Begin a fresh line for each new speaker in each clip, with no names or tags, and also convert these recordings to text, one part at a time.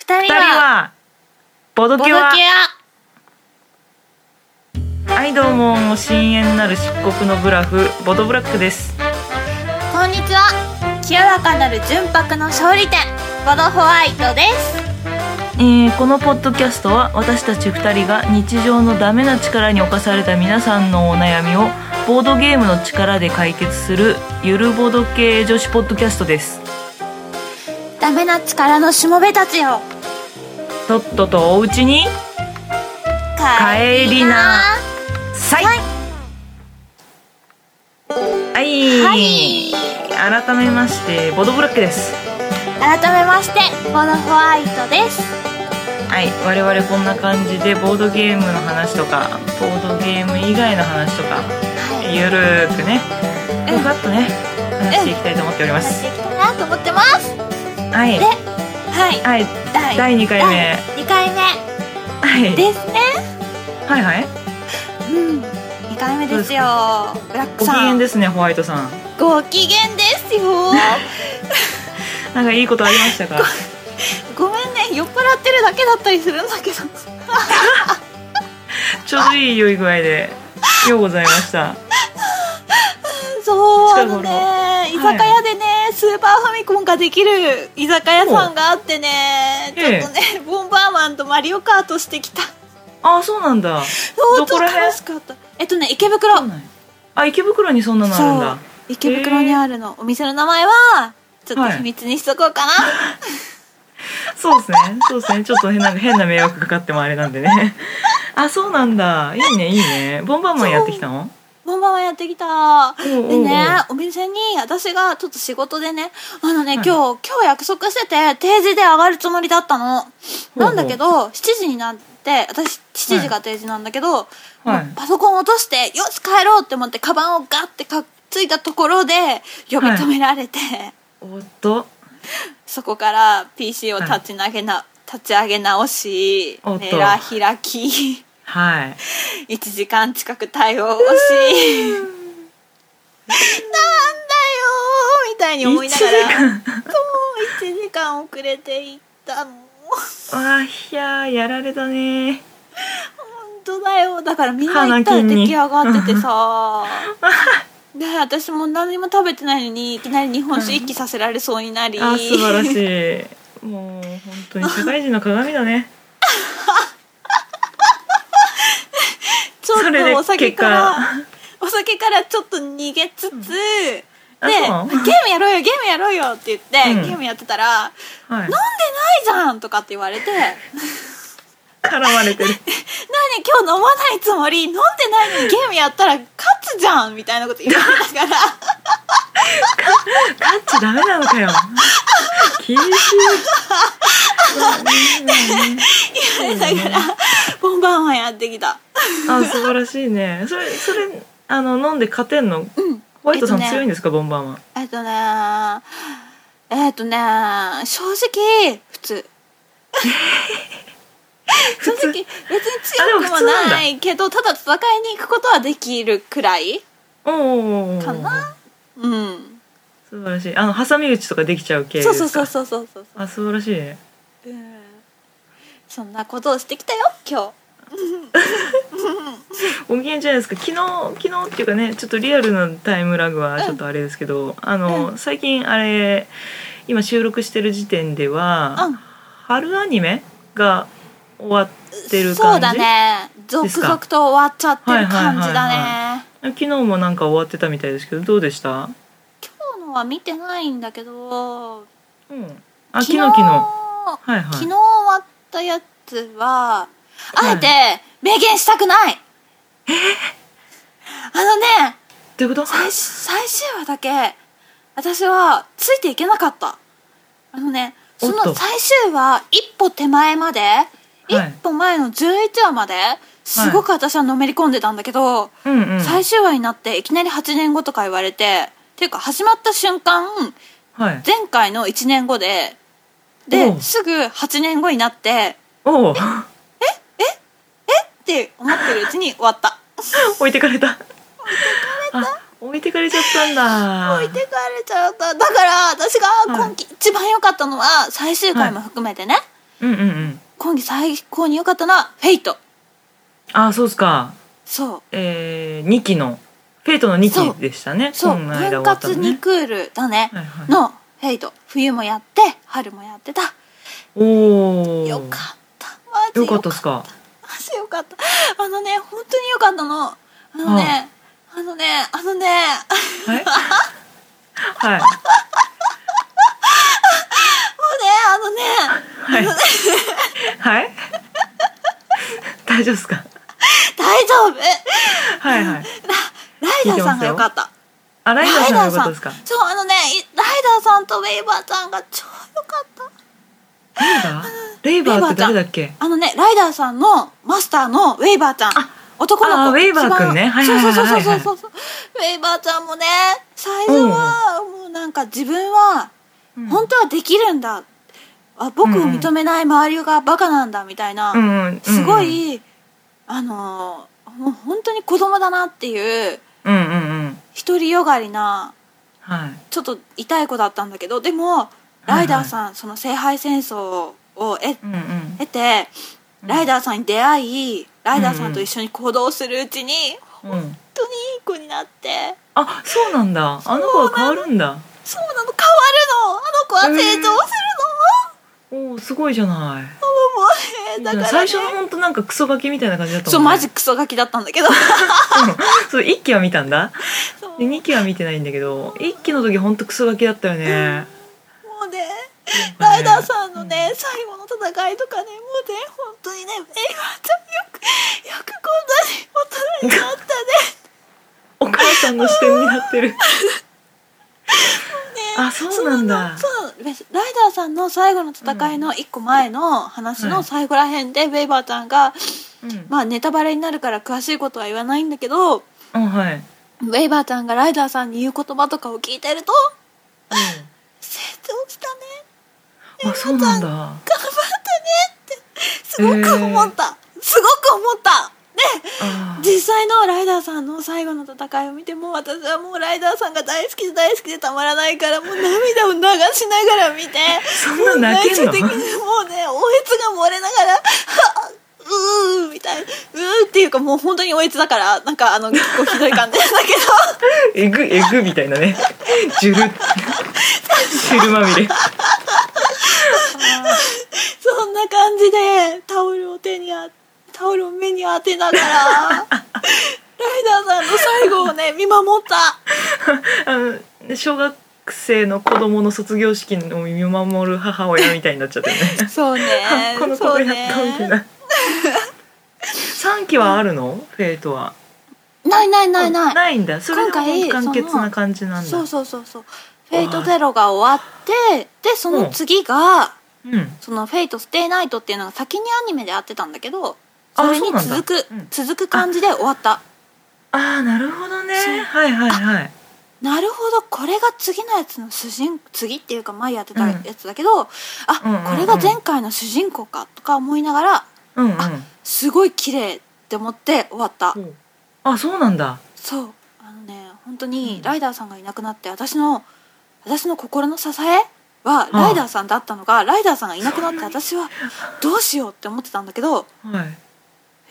二
二
人
人
は
はボド
ボド
キ
キ
ュ
ュア
アはいどうも深淵なる漆黒のブラフボドブラックです
こんにちは清らかなる純白の勝利点ボドホワイトです
えーこのポッドキャストは私たち2人が日常のダメな力に侵された皆さんのお悩みをボードゲームの力で解決するゆるボド系女子ポッドキャストです
ダメな力のしもべたちよ
とっととお家に帰りなさい
はい
はい、
はい
改めましてボドブラックです
改めましてボドホワイトです
はい我々こんな感じでボードゲームの話とかボードゲーム以外の話とか
はい
ゆるーくね
うん
ふわっとね話していきたいと思っておりま
やっ
す、
ていきたいなと思ってます
はい
ではい
はい
第
第2回目
第二回目
はい
ですね
はいはい
うん二回目ですよブラック
ご機
さ
嫌
ん
ですねホワイトさん
ご機嫌ですよ
なんかいいことありましたか
ごめんね酔っ払ってるだけだったりするんだけど
ちょうどいい酔い具合でようございました
そうあ
近
の
頃
ね居酒屋でね、スーパーファミコンができる居酒屋さんがあってねちょ
ええ
っとね、ボンバーマンとマリオカートしてきた
ああそうなんだ
そう
どこら辺
ちょっと楽しかったえっとね池袋
あ池袋にそんなのあるん
そう
だ
池袋にあるの、お店の名前はちょっと秘密にしとこうかな、
そうですねそうですねちょっと変な変な迷惑かかってもあれなんで ねあそうなんだいいねいいねボンバーマンやってきたの
ボンバーマンやってきた
おうおうおう
でねお店に私がちょっと仕事でねあのね今
はい
日今日約束してて定時で上がるつもりだったの
うほ
な
うん
だけど7時になって私7時が定時なんだけど、
はい
もうパソコン落としてよし帰ろうって思ってカバンをガッてかっついたところで呼び止められて、
おっと
そこから PC を立ち上げな、立ち上げ直し
おっと
エラー開き
はい
1時間近く対応をしなんだよーみたいに思いなが
一時
ら
間
そう1時間遅れていったの
わあひゃーやられた ね
本当だよだからみんな行ったら
鼻
出
筋に
来上がっててさ で私も何も食べてないのにいきなり日本酒一気させられそうになり、
あ素晴らしいもう本当に社会人の鏡だね
ちょ
それ
っ
で
とお酒
結果
からお酒からちょっと逃げつつ、で
あ
ゲ
そう
ームやろうよゲームやろうよって言って、
うん
ゲームやってたら
はい
「ないじゃん!」とかって言われて「何
絡まれてる
今日飲まないつもり飲んでないのにゲームやったら勝つじゃん!」みたいなこと言われたから。
ガッチダメなのかよ厳しい
だから、ボンバーマンやってきた。
あ素晴らしいねそれそれあの飲んで勝てんの
うん。
ホワイトさん
えっとね
強いんですか、ボンバーマン
えっとねえっとね正直、普 通。正直、別に強くもないけど、ただ戦いに行くことはできるくらい
おお
かなうん。
素晴らしいあの挟み撃ちとかできちゃう系で
そ
す
う
か
そうそうそうそうそう。
あ素晴らしいね
うん。そんなことをしてきたよ、今
お機嫌じゃないですか昨日昨日っていうかねちょっとリアルなタイムラグはちょっとあれですけど、あの、
う
最近あれ今収録してる時点では、
うん
春アニメが終わって
日。
る感じ
そうだね。続
ですか
々と終わっちゃってる感じだ
はいはい
ね。
昨日もなんか終わってたみたいですけどどうでした
今日のは見てないんだけど、
うんあ昨日昨日はいはい
昨日終わったやつはあえて明言したくない、あのね
どういうこと
最最終話だけ私はついていけなかったあのねそ
おっ
の
と
最終話一歩手前まで、
はい
一歩前の11話まですごく私はのめり込んでたんだけど、
うんうん
最終話になっていきなり8年後とか言われてっていうか始まった瞬間
はい
前回の1年後で
お
で
う
すぐ8年後になって
おお
って思ってるうちに終わった
置いてかれたあ置いてかれちゃったんだ
置いてかれちゃっただから私が
はい
今季一番良かったのは最終回も含めてね、
うんうんうん
今季最高に良かったのは「フェイト
ああそうっすか
そう
えー、2期のフェイトの2期でしたね
そう、
この間終
分
わったの
割
ね
2クールだね、
はいはい
の「フェイト冬もやって春もやってた
おお
よかったマジ
よかったっすか
マジよかったあのね本当によかったのあのねあのねあのね
はい はい
もうねあのね
はいはい 大丈夫っすか
大丈夫
はいはい
ライダーさんがよかった
あライダーさんが
ラ
良かった
イダー
ですか
そうあのねいライダーさんとウェイバーちゃんが超よかった
レイバーレイバーって誰だっけ
あのねライダーさんのマスターのウェイバーちゃん男の
あ
子
ーウェイバーくんね
一番
はいはいはいはいはい
そうそうそうそうそうウェイバーちゃんもね最初はもうなんか自分は
うん
本当はできるんだ、あ僕を認めない周りがバカなんだみたいな、
うんうん
すごい、あのーもう本当に子供だなっていう
うんうんうん
独りよがりな
はい
ちょっと痛い子だったんだけどでもライダーさん、その聖杯戦争を得
うんうん
得て
うん
ライダーさんに出会いライダーさんと一緒に行動するうちに、
うん
本当にいい子になって
あそうなんだあの子は変わるんだ
そうなの変わるのあの子は成長するの、
おおすごいじゃない
もうねだから、ね、
最初の本当なんかクソガキみたいな感じだった
そう
もんね
マジクソガキだったんだけど
うんそう1期は見たんだ
そうも
で
うね
2期は見てないんだけど1期の時ほんとクソガキだったよね
ライダーさんのね、最後の戦いとかねもうね本当にねエイワちゃんよくよくこんなに大人になったね
お母さんの視点になってる
ね
あそうなんだ
そうライダーさんの最後の戦いの一個前の話
は
の
い
最後らへんで、ベイバーちゃんが、
うん
まあ、ネタバレになるから詳しいことは言わないんだけど
うんはい
ベイバーちゃんがライダーさんに言う言葉とかを聞いてると
う
成長したね
んあそうなんだ
頑張ったねってすごく思った、すごく思ったで
あー
実際のライダーさんの最後の戦いを見ても私はもうライダーさんが大好きで大好きでたまらないからもう涙を流しながら見て
そんな泣けんの
もう内緒的にもうねおえつが漏れながらはっうーみたいなうーっていうかもう本当におえつだからなんかあの結 構ひどい感じなんだけど
えぐえぐみたいなねジュル汁まみれ
そんな感じで タオルを手にあタオルを目に当てながらライダーさんの最後をね見守った。
あの小学生の子供の卒業式を見守る母親みたいになっちゃってるね
そうね
この子
そ
が
う
やったみたい
ね
な、3期はあるのフェイトは
ないないないない
ないんだそれで
今
も
回
完結な感じなんだ
そうそうそうそう「フェイトゼロが終わってでその次が
うん
「そのフェイトステイナイト」っていうのが先にアニメでやってたんだけど
あ
それに
そうなんだ
続く、
うん
続く感じで終わった
ああなるほどね
そう
はいはいはい
なるほどこれが次のやつの主人次っていうか前やってたやつだけど、あ、
うんうんうん
これが前回の主人公かとか思いながら
うんうん
すごい綺麗って思って終わった、
ほうあそうなんだ
そうあのね本当
う
に
ん
ライダーさんがいなくなって私の私の心の支えは
あ
ライダーさんだったのがライダーさんがいなくなって私はどうしようって思ってたんだけど、
はい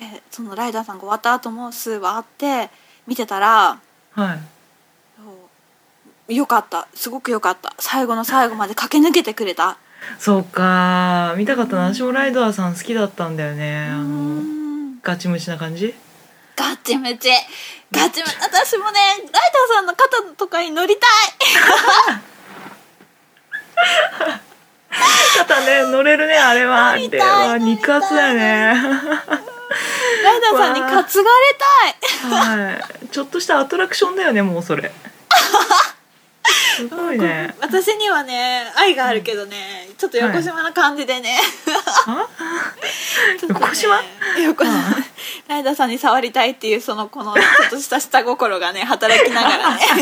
えーそのライダーさんが終わった後も数話あって見てたら
はい
そうよかったすごくよかった最後の最後まで駆け抜けてくれた
そうかー見たかったな私もライダーさん好きだったんだよね
う
あの
ん
ガチムチな感じ
ガチムチガチムチ私もねライダーさんの肩とかに乗りたい
肩ね乗れるねあれは
乗りた
で
い
は
乗りたい
肉厚だよね
ライダーさんに担がれたい
はいちょっとしたアトラクションだよねも うそれすごいね
私にはね愛があるけどね、ちょっと横島な感じでね、
あ
ちょっとね
横島
横島、
うん
ライダーさんに触りたいっていうそのこ のちょっとした下心がね働きながらね
ひどい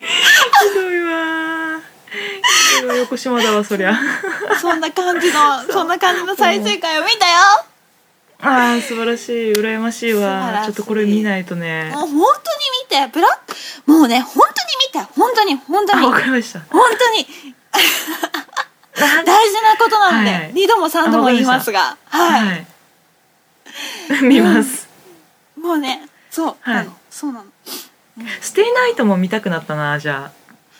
ひどいわひどい横島だわそりゃ
そんな感じのそんな感じの最終回を見たよ、
あー素晴らしい羨ましい
素晴らしい
わちょっとこれ見ないとね
もう本当に見てブラックもうね本当に見て本当に本当
あ
に
わ
本
かりました
当に大事なことなんで、
はい
二度も三度も言いますが、はい、
はい。見ます。
もうね、そう、
はい
あのそうなの。
ステイナイトも見たくなったな、じゃ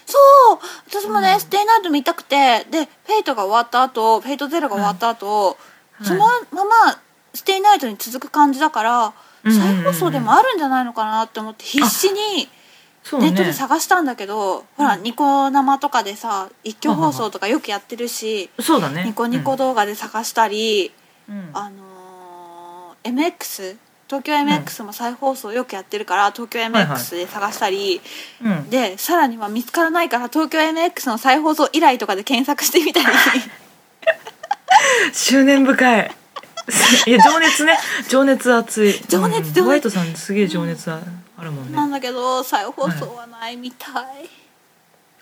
そう私もね、
うん
ステイナイト見たくてでフェイトが終わった後フェイトゼロが終わった後、
あ。
そのままステイナイトに続く感じだから、
うんうんうんうん
再放送でもあるんじゃないのかなって思って必死に
そう
ネ
ね
ットで探したんだけど、ほら
うん
ニコ生とかでさ一挙放送とかよくやってるし、
そうだね。
ニコニコ動画で探したり、
うん。うん
あのー MX 東京 MX も再放送よくやってるから、東京
はいはい
MX で探したり。
うん。
でさらには見つからないから東京 MX の再放送以来とかで検索して みたり
執念深い。 いや情熱ね情熱熱い
情熱
うん
情熱
ホワイトさんすげえ情熱ああるもんね
なんだけど再放送はないみたい、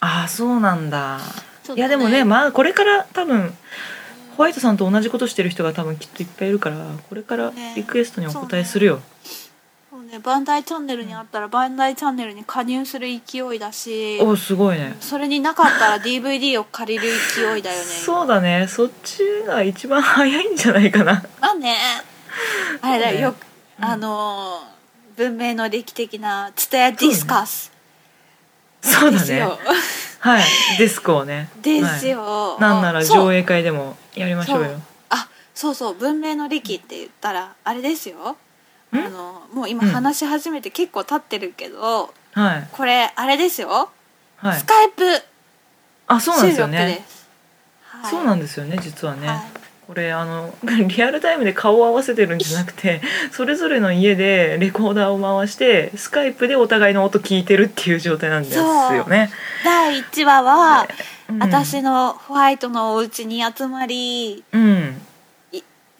ああそうなんだ
ちょっとね
いやでもねまあこれから多分ホワイトさんと同じことしてる人が多分きっといっぱいいるからこれから
ね
リクエストにお答えするよ、
もうねバンダイチャンネルにあったらバンダイチャンネルに加入する勢いだし
おおすごいね
それになかったら DVD を借りる勢いだよね
そうだねそっちが一番早いんじゃないかな
まあねあれだよ
そうね
よく、
うん
あのー文明の歴的な「ツタヤディスカス」
そう
で
だ
す
ね
よ、
はいディスコをね
ですよ、
はいなんなら
そう
上映会でもやりましょう
そ
よ
あそうそう文明の力って言ったらあれですよあ
ん
のもう今
うん
話し始めて結構経ってるけど、
はい
これあれですよ、
はい
スカイプ
あそうなん
収
ですよ
録
ね
です、はい
そうなんですよね実はね、
はい
これあの リアルタイムで顔を合わせてるんじゃなくてそれぞれの家でレコーダーを回してスカイプでお互いの音聞いてるっていう状態なんですよね。
第1話は、
うん
私のホワイトのお家に集まり
うん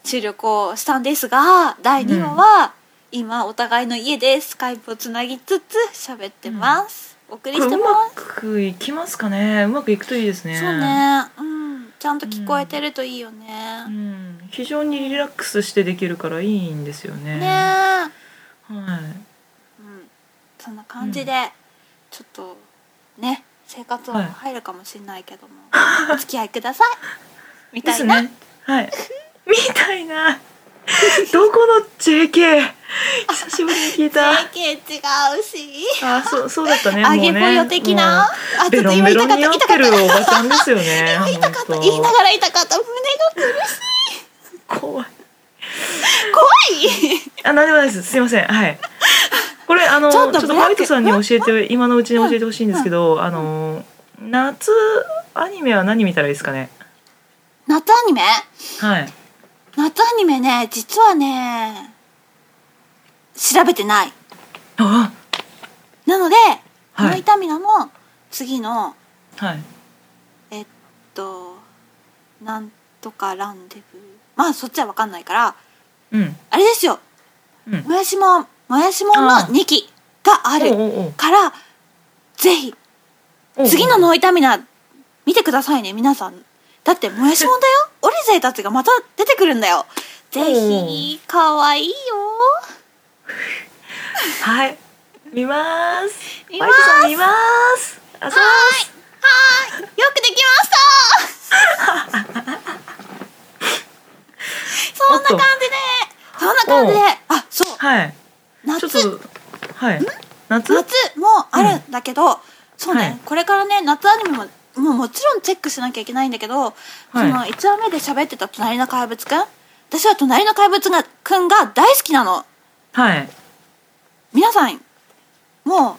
収録をしたんですが第2話は、今お互いの家でスカイプをつなぎつつ喋ってます、お送り
こ
し
れ
て
う
ま
ますくいきますかねうまくいくといいですね。
そうね、うん、ちゃんと聞こえてるといいよね、
うん、非常にリラックスしてできるからいいんですよね。
ねえ、
はい
うん、そんな感じで、ちょっとね生活は入るかもしれないけども、お付き合いください み
で
た
す
いな、
ね。はい。 みたいな。 どこの JK 久しぶりに聞いた。
JK 違うし
あ、そうそうだったね。
揚げ
も
ぽ
うね
よ的な、
も
あ
う
ちょっ
ベ
と
ロン
今
ベ
言いた
ロン
かっ
に
た
なっ
言いたかっ
てる
た
おばちゃんですよね。
言いたかった
本当
言いながら言いたかった胸が苦しい
怖
怖
い。
い
あ、なんでもないです。すいません。はい。これあの
ち
ち
ょ
ょ
っ
っ
と
とホワイトさんに教えて今のうちに教えてほしいんですけど、あの夏アニメは何見たらいいですかね。
夏アニメ
はい。
夏アニメね実はね調べてない
あ、
なので、こ
は
の
い
痛みなの次の
はい。
えっとなんとかランデブーまあそっちは分かんないから
うん。
あれですよ
うん。
もやしもんもやしもんの
ああ
2期があ
おう
る
おう
からぜひ
おう
次のノイタミナ見てくださいね皆さんだってもやしも んだよオリゼたちがまた出てくるんだよぜひかわいいよ
はい。見ます。
見ます
ホワイトさん見ます。あ、
は
そう。
ーいはーいよくできましたそんな感じでそんな感じで
おう
あそう
はい。ちょっ
夏
とはい。夏。
夏もあるんだけど、そうね、
はい
これからね夏アニメももうもちろんチェックしなきゃいけないんだけど、その1話目で喋ってた「隣の怪物くん」私は「隣の怪物がくん」が大好きなの
はい。
皆さんも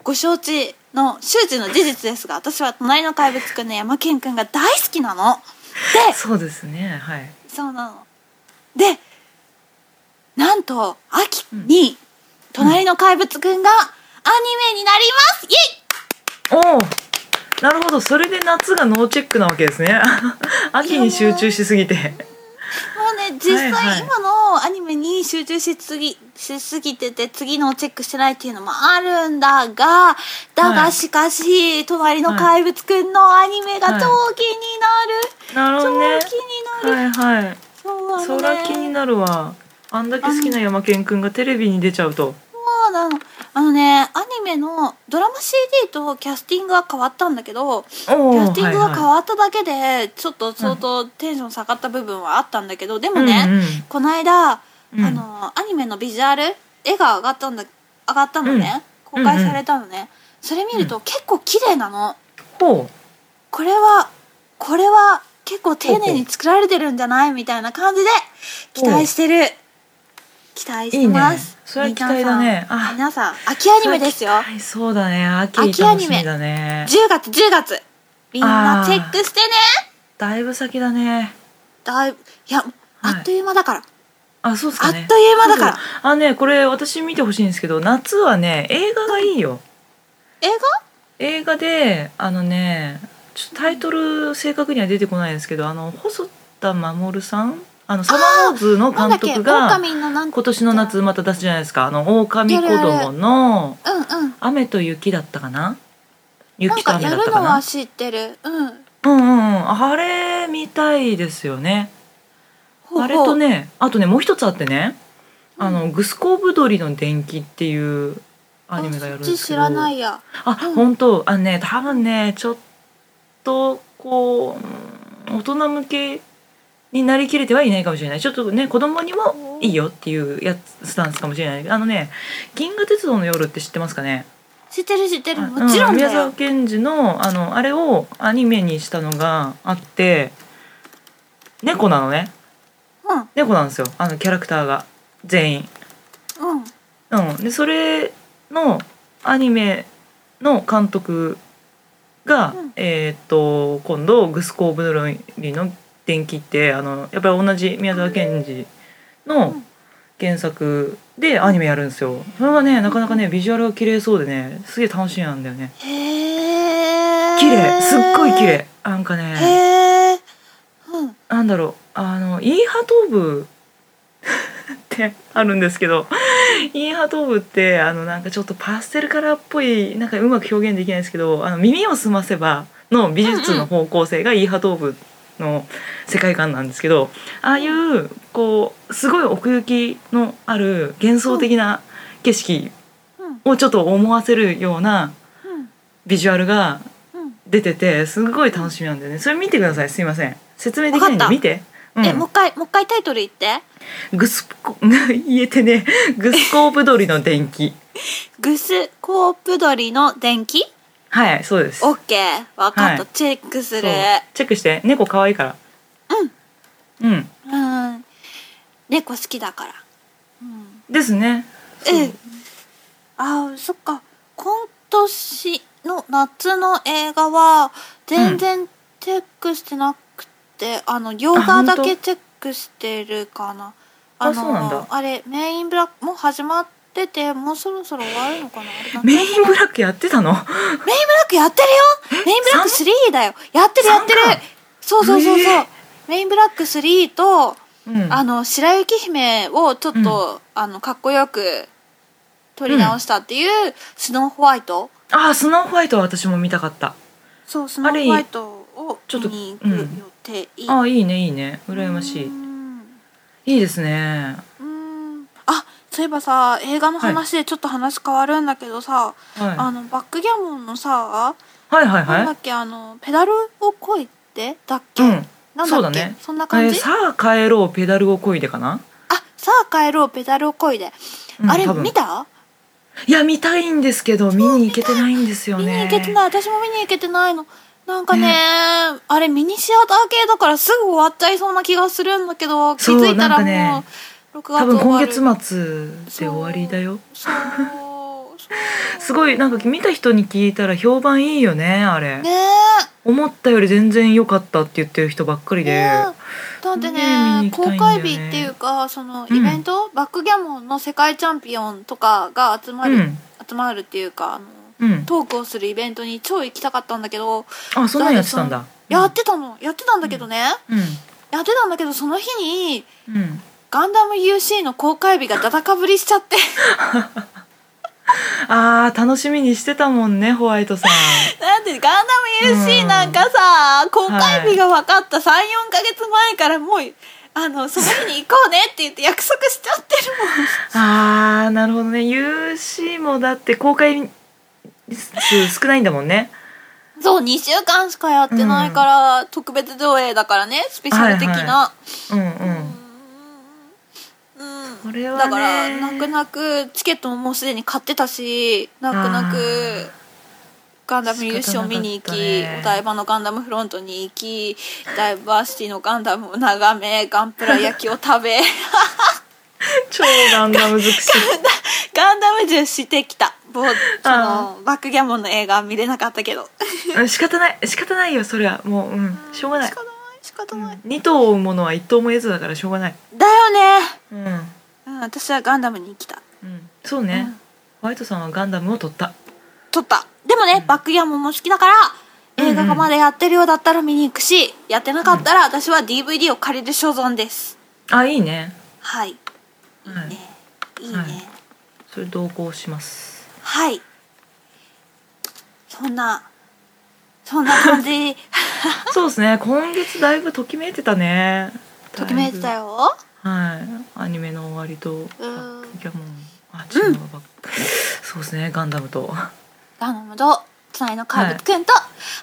うご承知の周知の事実ですが私は「隣の怪物くん」の山健くんが大好きなので
そうですね。はい。
そうなのでなんと秋に「隣の怪物くん」がアニメになりますイエイ
おお。なるほど。それで夏がノーチェックなわけで すね。秋に集中しすぎて。
もうね実
はいは
際
い
今のアニメに集中しすぎしすぎてて次のをチェックしてないっていうのもあるんだがだ
は
が
い
しかし、隣の怪物くんのアニメが超気になる、
なるほどね
超。気になる、
はいはい。
そう
そ
なの
ら気に
ね
なるわ。あんだけ好きな山健くんがテレビに出ちゃうと。
そうなのあのねアニメのドラマ CD とキャスティングは変わったんだけど
キ
キャスティングが変
っ
わっただけでちょっと相当テンション下がった部分はあったんだけどでもね、この間、
うん
あのアニメのビジュアル絵が上がったんだ上がったのね、
うん
公開されたのね、それ見ると結構綺麗なの
ほ
これはこれは結構丁寧に作られてるんじゃないみたいな感じで期待してる期待してます
いいねそれは期待だね
皆さ
あ
ん皆さん秋ア
う
ニメですよ
はいそうだね秋
秋ア
楽
ニ
し
メ
みだね
10月10月みんな
あー
チェックしてね
だいぶ先だね
だいぶいやあっという間だから、
あそうですか
あ
ね
っという間だから
あねこれ私見てほしいんですけど夏はね映画がいいよ
映
映画であのねちょっとタイトル正確には出てこないんですけどあの細田守さんあのサマーウォーズの
画なんだ
監
っけ
督が
狼のなんうん
今年の夏また出すじゃないですかあの狼子供の
うん
雨と雪だったかな
なん
雪と
か
雨
や
だった
る
か
の
な
は知ってるうん
うんうんうんあれみたいですよね
ほうほう
あれとねあとねもう一つあってね「あ
う
のグスコーブ鳥の伝記」っていうアニメがやるんで
あそっ
す
ち
け
知
ど
らないや
あ、
うん
本当あのね多分ねちょっとこううん大人向けになりきれてはいないかもしれないちょっとね子供にもいいよっていうやつスタンスかもしれないあのね「銀河鉄道の夜」って知ってますかね
知ってる知ってるもちろ
うん
だよ、
宮沢賢治のあのあれをアニメにしたのがあって猫なのね
うん
猫なんですよあのキャラクターが全員。
うん
うん、でそれのアニメの監督が、
うん
えーっと今度「グスコーブドリの伝記」ってあのやっぱり同じ宮沢賢治の
うん
原作でアニメやるんですよ。それはねなかなかねビジュアルが綺麗そうでねすげえ楽しみなんだよね。
へえ
綺麗すっごい綺麗なんかね
へえうん
なんだろうあのイーハトーブってあるんですけどイーハトーブってあのなんかちょっとパステルカラーっぽいなんかうまく表現できないですけどあの耳を澄ませばの美術の方向性がイーハトーブの世界観なんですけどああいうこうすごい奥行きのある幻想的な景色
うん
をちょっと思わせるような
うん
ビジュアルが
うん
出ててすごい楽しみなんだよねそれ見てくださいすいません説明できないん
わかっ
で
た
見て、うん、
えもう一回もう一回タイトル言って
グスコ 言えてねグスコーブ鳥の電気
「グスコープ鳥の電気
はいそうで」す
オッケー分かった、
はい
チェックする
そうチェックして猫可愛いからうんうん
うん猫好きだからうん
ですねそう
ええあーそっか今年の夏の映画は全然チェックしてなくて、あの洋画だけチェックしてるかな
あ
あ
そうなんだ
のあれメインブラックもう始まっててもうそろそろ終わるのかなあれなんだ
メインブラックやってたの
メインブラックやってるよメインブラック3だよやってるやってる
三か
そうそうそうそう、
えー
メインブラック3と
うん
あの白雪姫をちょっと、あのかっこよく撮り直したっていう、スノーホワイト
あスノーホワイトは私も見たかった
そうスノーホワイトを
ちょっと
見に行く予定
あいいねいいね羨まし
うー
い
んう
いいですね
ーんあそういえばさ映画の話でちょっと話変わるんだけどさ、あ
は
のバックギャモンのさ、
いはいは
な
い
んだ
は
っけあのペダルをこいてだっ
い
け、
うん
なんだっけ
そうだね
そんな
え
感
ー
じ、
さあ帰ろうペダルをこいでかな
あさあ帰ろうペダルをこいで、
うん
あれ
多分
見た
いや見たいんですけど見に行けてないんですよ
見
ね
に行けてない私も見に行けてないのなんかねあれミニシアター系だからすぐ終わっちゃいそうな気がするんだけど気
そう
づいたら
な
も
ん
う
かね
6
多
月
分
終わ
今
る
月末で終わりだよ
そうそう
すごいなんか見た人に聞いたら評判いいよねあれ
ね
思ったより全然良かったって言ってる人ばっかり
え
で、
ねえだって
ねえ
ね
見に行
公
きたいんだよ
開
ね
日っていうかその
うん
イベント、バックギャモンの世界チャンピオンとかが集ま
う
る、
ん
集まるっていうかあの
うん
トークをするイベントに超行きたかったんだけど、
あそんなんやってたんだ
やってたのやってたんだけどね、
うん
やってたんだけどその日に
うん
ガンダム UC の公開日がダダかぶりしちゃって
あー楽しみにしてたもんねホワイ トさん
なんでガンダム UC なんかさ、公開日が分かった34か月前からもうあのその日に行こうねって言って約束しちゃってるもん
あーなるほどね UC もだって公開数少ないんだもんね
そう2週間しかやってないから、特別上映だからねスペシャル的な、
うんう
うん
ん
うん
それはね
だから泣く泣くチケットももうすでに買ってたし泣く泣
あ
く
ー
ガンダム優勝見に行き、
仕方なかったね
お台場のガンダムフロントに行きダイバーシティのガンダムを眺めガンプラ焼きを食 べ
超ガンダム尽くし
ガンダム重視してきたもうそ
あ
のバックギャモンの映画は見れなかったけど
うん仕方ない仕方ないよそれはもううんしょうがない
仕方ない仕方ない、
2頭を追うものは1頭も得ずだからしょうがない
だよね、
うん、
うん、私はガンダムに行きた
うん、そうね、
うん
ホワイトさんはガンダムを取った
撮ったでもね、バックギャモンも好きだから
うんうん
映画がまだやってるようだったら見に行くし、やってなかったら私は DVD を借りる所存です
あいいね
はいいい
はい
ねいいね
はいそれ同行します
はい、そんなそんな感 じ
そうですね今月だいぶときめいてたね
ときめいてた
よ
よ
はいアニメの終わりと
う
バ
ん
ックギャモンあ違うわバックそうですねガンダムと
ガンダムとつないの怪物くんと、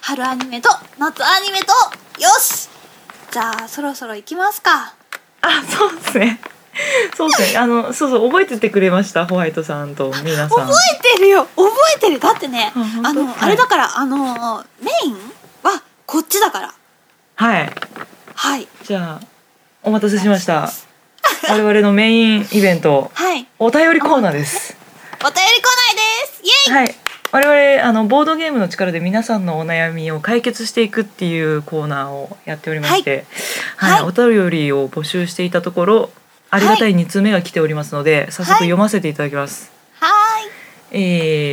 春アニメと夏アニメとよしじゃあそろそろ行きますか
あそうですねそうですねあのそうそう覚えててくれましたホワイトさんと皆さん
覚えてるよ覚えてるだってね
あ本当
あのあれだからあのメインはこっちだから
はい
はい
じゃあお待たせしました我々のメインイベント
はいお便り
お便りコーナーです
来ないですイエイ
はい我々あのボードゲームの力で皆さんのお悩みを解決していくっていうコーナーをやっておりまして、
は
はいい
はい
お便りを募集していたところありがたい2通目が来ておりますので、早速読ませていただきます、
はーい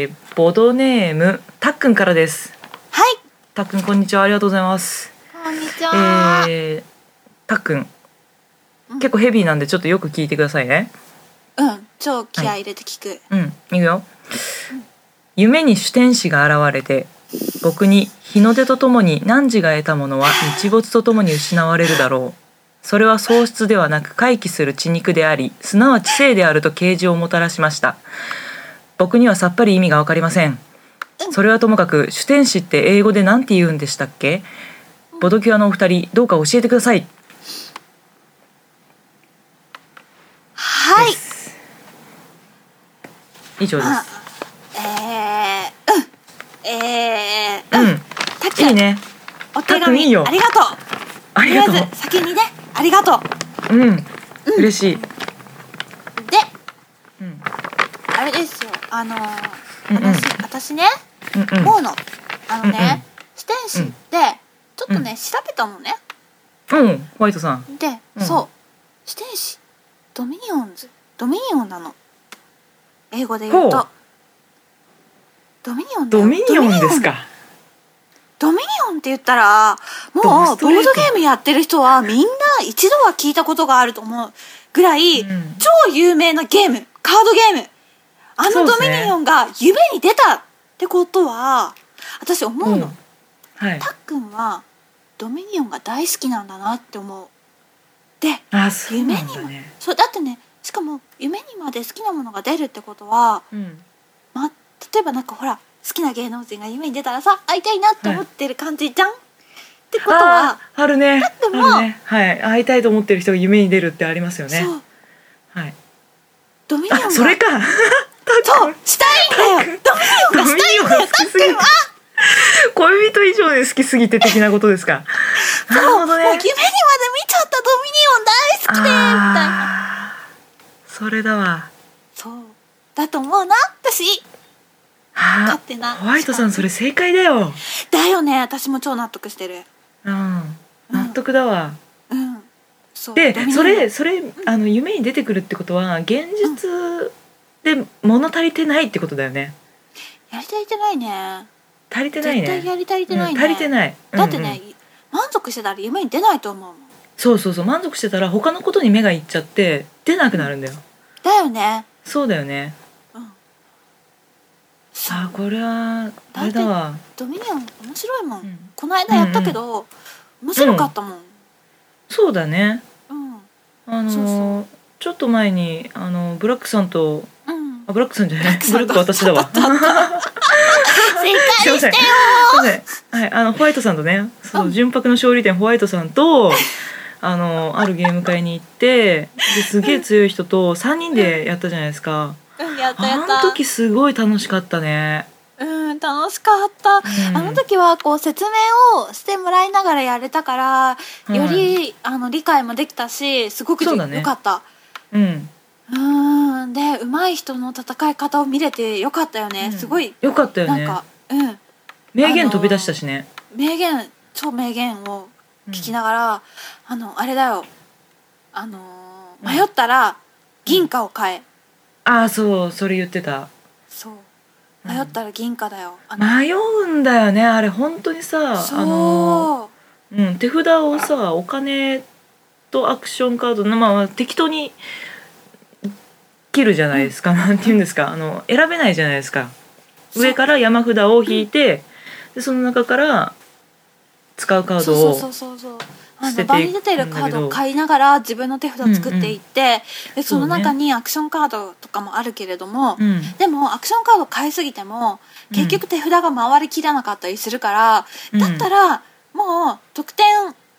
えー、ボードネームたっくんからです
はい
たっくんこんにちはありがとうございます
こんにちは、
えー、たっくん
うん
結構ヘビーなんでちょっとよく聞いてくださいね
うん超気合い入れて聞く、
うんいくよ夢に主天使が現れて僕に日の出とともに汝が得たものは日没とともに失われるだろうそれは喪失ではなく回帰する血肉でありすなわち生であると啓示をもたらしました僕にはさっぱり意味がわかりませんそれはともかく主天使って英語で何て言うんでしたっけボドキュアのお二人どうか教えてください
はい
です以上で
あ
す
えー、うんえー、うん
う
たっく
んいい
ん
ね
お手
たっくん
紙
いいよ
ありがとう
あ
と
り
りあ
が
え
とう
ず先にねありがとう
うん嬉しい
で
うん
あれですよあのー
うんうん
私私ね
うんうん
思うのあの
うんうん
ね主天使ってちょっとね調べたのね
うんホワイトさん
で、
うん
そう四天使ドミニオンズドミニオンなの英語で言う
ほ
と
う
ドミニオンだよ
ドミニオンですか
ドミニオンって言ったらも
ド
う
ス
ボ
ト
ー
レ
ド
ート
ゲームやってる人はみんな一度は聞いたことがあると思うぐらい、
うん
超有名なゲームカードゲームあ
そ
の
うで
ド
す
ミ
ね
ニオンが夢に出たってことは私思うの、
うんはい
たっくんはドミニオンが大好きなんだなって思うで
あそう
夢
な
に
ん
も
だね
そうだってねしかも夢にまで好きなものが出るってことは、
うん
まあ、例えばなんかほら好きな芸能人が夢に出たらさ会いたいなって思ってる感じじゃん、ってことは
あ、ーあるね
っくんも
あるねはい会いたいと思ってる人が夢に出るってありますよね
そう
はい
ドミニオン
あ
が
それか
そうしたいんだよドミニ
ド
オンが
ミニ
したい
オ
ん
ン
だ
が
よ
好きすぎて恋人以上で好きすぎて的なことですかなるほどね
もう夢にまで見ちゃったドミニオン大好きでみたいな
あーそれだわ
そうだと思うな私
あ
勝手な
ホワイトさんそれ正解だよ
だよね私も超納得してる
うん納得だわ、
うんそうドミ
で
ニオン
それそれあの夢に出てくるってことは現実で物足りてないってことだよね
やり足りてないね
足りてないね
絶対やり足りてないね、
うん足りてない
だってね、
うんうん
満足してたら夢に出ないと思うもん
そうそうそう満足してたら他のことに目がいっちゃって出なくなるんだよ
だよね
そうだよね
うんそう
あーこれはあれだわ
ドミニオン面白いもん、
うん
この間やったけど、面白かったもん、
そうだね
うん
あのー
そうそ
ちょっと前にあのブラックさんと
うん
あブラックさんじゃない
さん
ブラックは私だわ
正
すいま
解
せ
して
んすいませんはいあのホワイトさんとねそううん純白の勝利店ホワイトさんとあのあるゲーム会に行ってですげえ強い人と3人でやったじゃないですか
うんやった
あ
やった
の時すごい楽しかったね、
うん楽しかった
うん
あの時はこう説明をしてもらいながらやれたから、
はい
よりあの理解もできたしすごく
そう
良
だね
かった
うん
うーんで上手い人の戦い方を見れてよかったよね、
うん
すごい
よかったよ
なん
ね
か、うん
名言飛び出したしね、
名言超名言を聞きながら、あのあれだよあのー
うん
迷ったら銀貨を買え、
ああそうそれ言ってた
そう
うん
迷ったら銀貨だよ、あの
迷うんだよねあれ本当にさ
そう、
あのうん、手札をさお金とアクションカードの、まあまあ、適当に切るじゃないですか、なんて言うんですかあの選べないじゃないですか
そう
上から山札を引いて、でその中から使うカードを
そうそうそうそうそうあ
捨てて
の
い
場
く
に出てるカードを買いながら自分の手札を作っていって、でその中
そう
にアクションカードとかもあるけれども、
うん
でもアクションカード買いすぎても
うん
結局手札が回りきらなかったりするから、だったらもう得点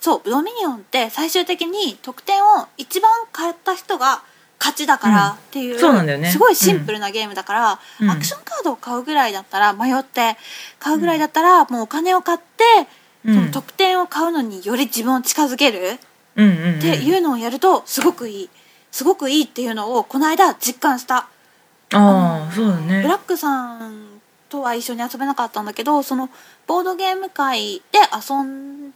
そうドミニオンって最終的に得点を一番買った人が勝ちだから
うん
っていう,、
そうなんだよね
すごいシンプルなゲームだから、
うん
アクションカードを買うぐらいだったら迷って買うぐらいだったらもうお金を買って、
うん
その得点を買うのにより自分を近づける
うんうんうん、
っていうのをやるとすごくいいすごくいいっていうのをこの間実感した。
あ
の
あそうだね
ブラックさんとは一緒に遊べなかったんだけどそのボードゲーム会で遊ん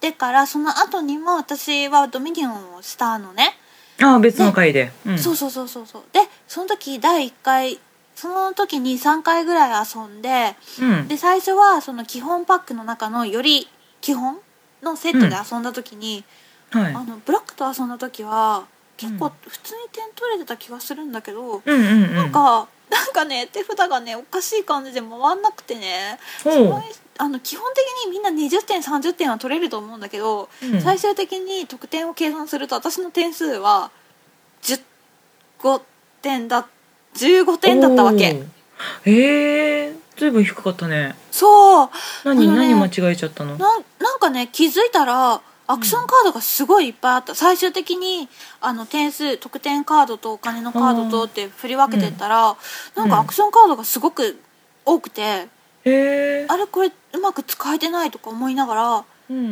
でからその後にも私はドミニオンをしたのね、
ああ別の回で、うん、
そうそうそうそうそうでその時第1回その時に3回ぐらい遊んで
うん
で最初はその基本パックの中のより基本のセットで遊んだ時に、
はい
あのブラックと遊んだ時は結
う
構
ん
普通に点取れてた気がするんだけど、
うんうんうん
なんか、なんかね、手札がね、おかしい感じで回んなくてね、
おう
すごいあの基本的にみんな20点、30点は取れると思うんだけど、
うん
最終的に得点を計算すると、私の点数は15点だ、15点だったわけ。
おーへえずいぶん低かったね
そう、
何、
あのね
何間違えちゃったの
なんなんかね、気づいたら、アクションカードがすごいいっぱいあった、最終的にあの点数得点カードとお金のカードとって振り分けてったら、なんかアクションカードがすごく多くて、
へえ
あれこれうまく使えてないとか思いながら
うん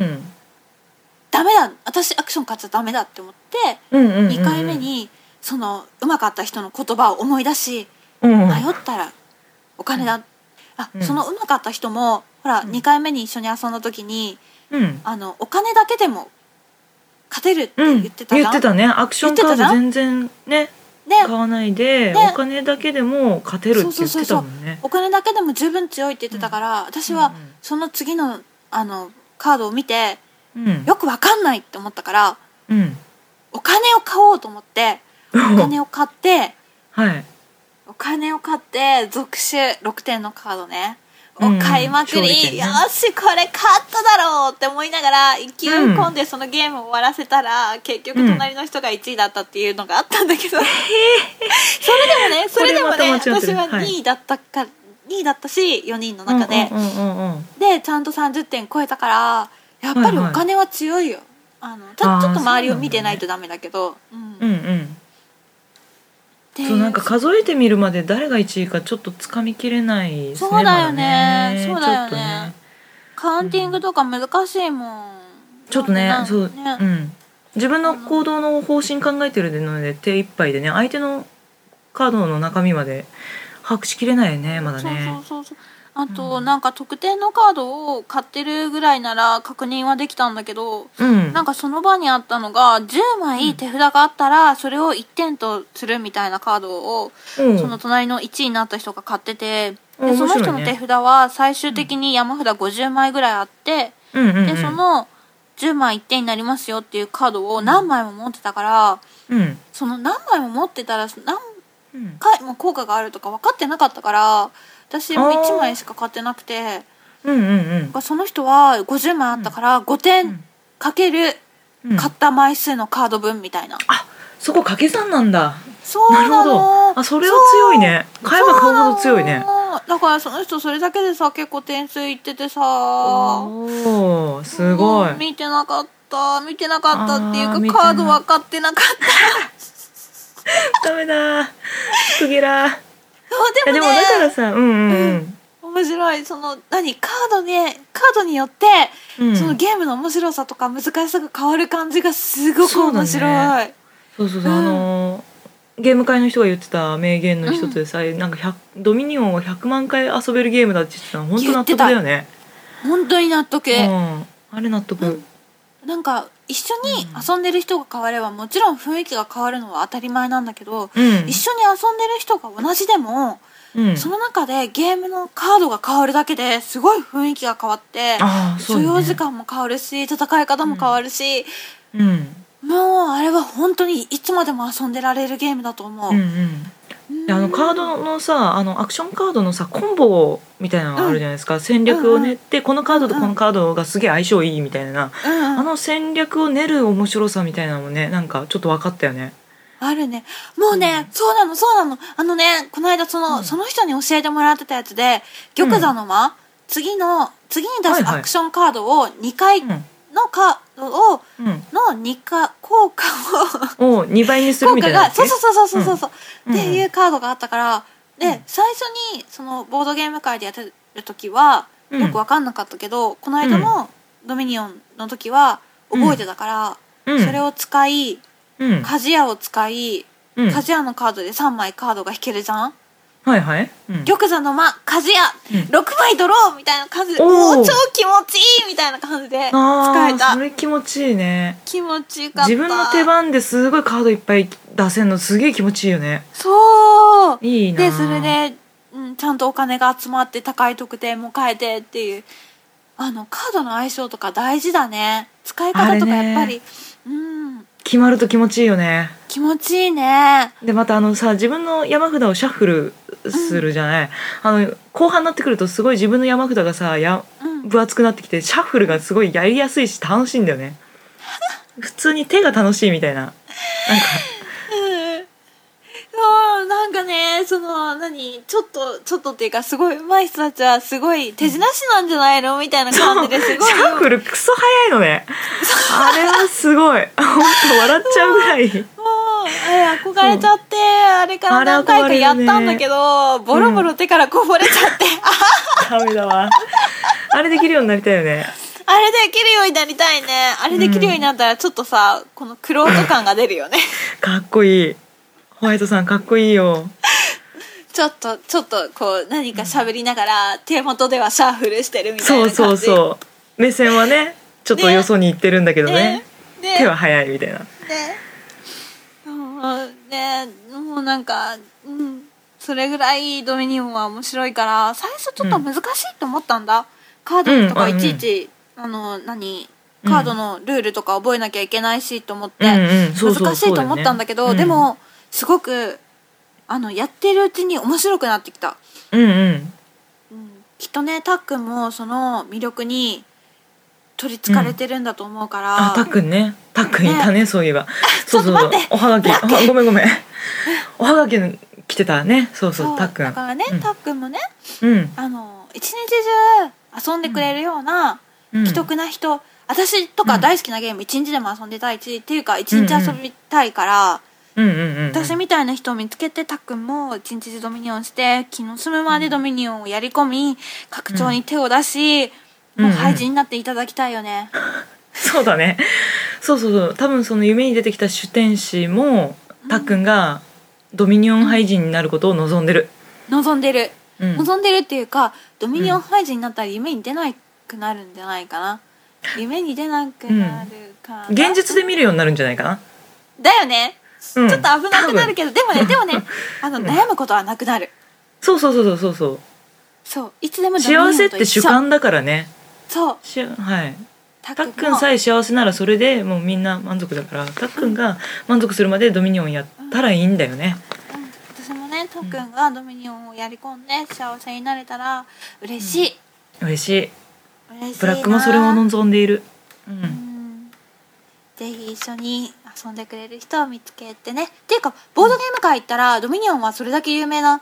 ダメだ私アクション買っちゃダメだって思って、
うんうんうんうん
2回目にそのうまかった人の言葉を思い出し
うん
迷ったらお金だ、あ
うん
そのうまかった人もほら、
うん
2回目に一緒に遊んだ時に
うん
あのお金だけでも勝てるって
うん、
言ってたじゃん、
ねアクションカード全然ね買
で
わないで、
ね
お金だけでも勝てるって言ってたもんね
お金だけでも十分強いって言ってたから、私はその次のあのカードを見て
うんうん
よくわかんないって思ったから
うん
お金を買おうと思ってお金を買って
はい
お金を買って続種6点のカードね
う
を
ん
買いまくり、
勝利点ね
よしこれ勝っただろうって思いながら勢い込んでそのゲームを終わらせたら、結局隣の人が1位だったっていうのがあったんだけど、 それでもねそれでも
これ
ね
また間違って
私
る
は2位だったか、2位だったし4人の
うん
中で、
うんうんうんうん
でちゃんと30点超えたからやっぱりお金は強いよ、あのた
あー
ちょっと周りを見てないとダメだけどうん
うんうん
ってい
そうなんか数えてみるまで誰が1位かちょっとつかみきれないですね
そうだよね
ま
そうだよねカウンティングとか難しいもん。
ちょっとね
なんか
そう、
ね
うん、自分の行動の方針考えてるので手一杯でね相手のカードの中身まで把握しきれないよねまだ
そうそう
ね
そうそう。あと、
うん
なんか特典のカードを買ってるぐらいなら確認はできたんだけど、
うん
なんかその場にあったのが10枚手札があったらそれを1点とするみたいなカードを
うん
その隣の1位になった人が買ってて、
うん
で
面
その
白いね
人の手札は最終的に山札50枚ぐらいあって、
うんうんうん
でその10枚1点になりますよっていうカードを何枚も持ってたから、
うん
その何枚も持ってたら何
うん
回も効果があるとか分かってなかったから私も1枚しか買ってなくて
うんうんうん
その人は50枚あったから5
う
点
ん
かける
うん
買った枚数のカード分みたいな、
あそこ掛け算なんだ
そう
な
な
る
の
ほどあそれは強いね
そう
買えば買うほど強いね
そうなのだからその人それだけでさ結構点数いっててさ
おおすごい
うん見てなかった見てなかったってい
あー見
う
て
か
ない
カード分かってなかった
ダメだクゲラい
そうで
やでも
もね
だからさうんうんうん
面白いその何カードねカードによって、
うん
そのゲームの面白さとか難しさが変わる感じがすごく
そうだね
面白い、
そうそうそう、
うん
あのーゲーム会の人が言ってた名言の一つでさ、なんか100ドミニオンは100万回遊べるゲームだって言ってたの本当納得だよね。
本当に納得、
うん、あれ納得。
うんなんか一緒に遊んでる人が変わればもちろん雰囲気が変わるのは当たり前なんだけど、
うん、
一緒に遊んでる人が同じでも、
うん、
その中でゲームのカードが変わるだけですごい雰囲気が変わって
ああそ
所
うね
要時間も変わるし戦い方も変わるし、
うん、
もうあれは本当にいつまでも遊んでられるゲームだと思う、
うんうん。であのカードのさあのアクションカードのさコンボみたいなのがあるじゃないですか、戦略を練って、このカードとこのカードがすげえ相性いいみたいな、
うんうん
あの戦略を練る面白さみたいなのもねなんかちょっと分かったよね。
あるね。もうね、
う
そうなの、そうなの。あのね、この間その、
うん
その人に教えてもらってたやつで、玉座の間、次の、次に出
はい
す
はい
アクションカードを、2回
う
の
ん
カードを、
うん、
の2回、効果を、
を2倍にする
効
みた
果
いな
が、
やつ
そうそうそうそうそうそう、
うん
っていうカードがあったから、で、
うん
最初に、その、ボードゲーム会でやってる時は、
うん
よくわかんなかったけど、この間のドミニオンの時は、覚えてたから、
うん
それを使い、
うん
鍛冶屋を使い、
うん
鍛冶屋のカードで3枚カードが引けるじゃん
はいはい。うん
玉座の間鍛冶屋
うん
6枚ドローみたいな感じで
おー
もう超気持ちいいみたいな感じで使
あ
え
ー
た
それ気持ちいいね。
気持ちよかった
自分の手番ですごいカードいっぱい出せんのすげえ気持ちいいよね。
そう
いいな。
でそれ。で、うん、ちゃんとお金が集まって高い特典も変えてっていうあのカードの相性とか大事だね使い方とか
あれね
やっぱり、うん
決まると気持ちいいよね。
気持ちいいね
でまたあのさ自分の山札をシャッフルするじゃない。あの後半になってくるとすごい自分の山札がさや
うん
分厚くなってきてシャッフルがすごいやりやすいし楽しいんだよね。普通に手が楽しいみたいな。なんか
うんそうなんかねその何ちょっとちょっとっていうかすごい上手い人たちはすごい手品師なんじゃないのみたいな感じですごい
シャッフルクソ早いのね。あれはすごい。本当笑っちゃうぐらい。
もうあれ憧れちゃってあれから何回かやったんだけど、ボロボロ手からこぼれちゃって、あ
ダメだわ。あれできるようになりたいよね。
あれできるようになりたいねあれできるようになったらちょっとさこの玄人感が出るよね
かっこいい。ホワイトさんかっこいいよ。
ちょっとちょっとこう何か喋りながら手元ではシャッフルしてるみたいな
そ
感
う
じ
そうそう。目線はね、ちょっとよそに行ってるんだけどね。
ねね
手は早いみたいな。
ね、うん、ね、もうなんか、うん、それぐらいドミニオンは面白いから、最初ちょっと難しいと思ったんだ。カードとか
うん
いちいち、あの、何、
うん
カードのルールとか覚えなきゃいけないしと思って、
うんうんそうそう
難しいと思ったんだけど、
そうだ
で
よねうん
も、すごく、あの、やってるうちに面白くなってきた。
うんうん。
うん、きっとね、たっくんもその魅力に取りつかれてるんだと思うから。
あ、たっくんね。たっくんいたね、そういえば。そうそ う
ちょ
そう
っと待っ。て
おはがき。あごめん ごめん。おはがきの来てたね。そう
そ
そう、
う
たっく
だ
ん
か。らね、
うん
たっくんもね、
うん。
あの一日中遊んでくれるような
うん
既得な人、私とか大好きなゲーム一日でも遊んでたいしっていうか一日遊びたいから、
うんうんうん。
私みたいな人を見つけてたっくんも一日中ドミニオンして気の済むまでドミニオンをやり込み拡張に手を出し、
うん
もう廃人になっていただきたいよね。
そうだね。そうそうそう。多分その夢に出てきた主天使も、たっくんがドミニオン廃人になることを望んでる。
望んでる、
うん、
望んでるっていうかドミニオン廃人になったら夢に出なくなるんじゃないかな。夢に出なくなるかな、
現実で見るようになるんじゃないかな。
だよね
うん、
ちょっと危なくなる
ど。
けど、でもね、でもね、 あの、
うん
悩むことはなくなる。
そうそうそうそうそう
そう、いつでも
そう。
ドミニオ
幸
ンと
せっ
一緒
て主観だからね。
そう、
しあはい。
た
たっくんさ
え。
え幸せならそれでもうみんな満足だから、たっくんが満足するまでドミニオンやったらいいんだよね。
うん私もね、たっくんがドミニオンをやり込んで、幸せになれたら、嬉しい。
嬉しい。
嬉しいな。
ブラックもそれを
ん
望んでいる。う。
うんん。ぜひ一緒に遊んでくれる人を見つけてねっていうかボードゲーム会行ったら、ドミニオンはそれだけ有名な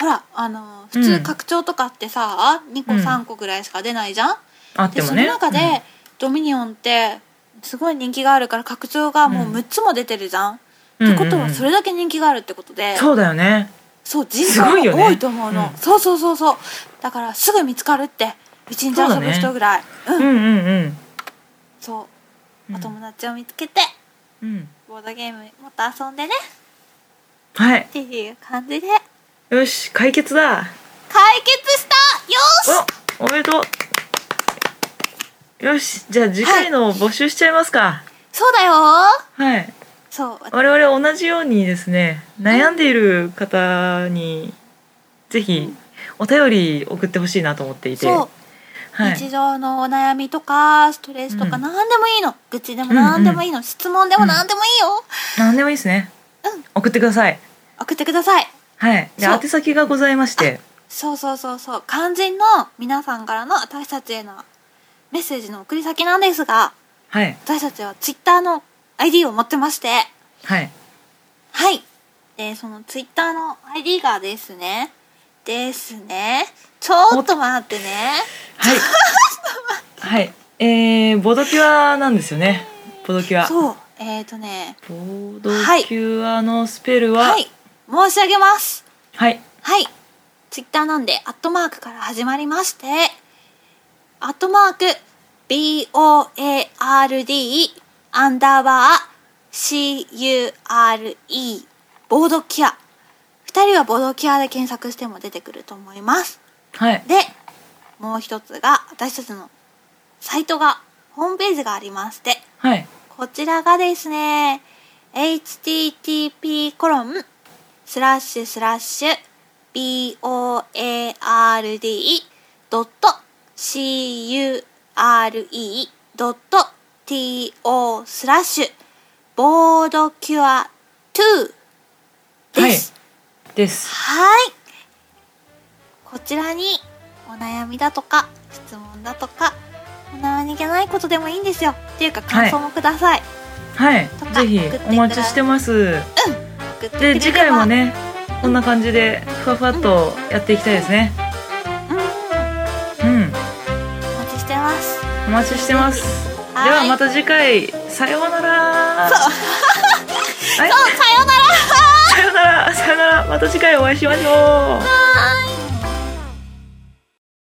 ほらあの普
う
通
ん
拡張とかってさ、2個
うん
3個ぐらいしか出ないじゃん、
あって
で
も
その
ね
中で、ドミニオンってすごい人気があるから拡張がもう6つも出てるじゃん、っ
うん
てこと
うんうんう
は
ん
それだけ人気があるってことで、
そうだよね
そう人口も
すごいよね
多いと思うの、
うん
そうそうそうそうだからすぐ見つかるって一日遊ぶ人ぐらいう,、ん
うんうんうん
そううんお友達を見つけて
うん
ボードゲームもっと遊んでね
はい
っていう感じで
よし解決だ
解決したよーし
おおめでとうよしじゃあ次回のを募集しちゃいますか
そうだよー
はい
そうわ
我々同じようにですね悩んでいる方にぜひお便り送ってほしいなと思っていて、
そう、
はい、
日常のお悩みとかストレスとか
うん
何でもいいの、愚痴でも何でもいいの、質問でも何でもいいよ、
何でもいいですね、
うん
送ってください
送ってください
はいで
そう
宛先がございまして
そうそうそうそう肝心の皆さんからの私たちへのメッセージの送り先なんですが
はい
私たちはツイッターの ID を持ってまして
はい
はいでそのツイッターの ID がですねですねちょっと待ってね
はいはいえー、ボドキュアなんですよねボドキュア
そうえっ、ー、とね
ボドキュアのスペルは
はい申し上げます
はい
はい。ツイッターなんで、アットマークから始まりまして、アットマーク、B-O-A-R-D、アンダーバー、C-U-R-E、ボードキュア。二人はボードキュアで検索しても出てくると思います。
はい
で、もう一つが、私たちのサイトが、ホームページがありまして、
はい
こちらがですね、http コロンスラッシュスラッシュ board.cure.to スラッシュボードキュア2です。
です
はい。こちらにお悩みだとか質問だとかお何気ないことでもいいんですよ。っていうか感想もください。
はい
と、か
ぜひお待ちしてます。
送ってくれれば
で、次回も。ね、こんな感じでふわふわっとやっていきたいですね。
うん、お
うん、
待ちしてます。
お待ちしてます。で
はい
はまた次回さようなら。
そう
はい
そう、さようなら。
さようなら、さようなら、また次回お会いしましょう。
はーい。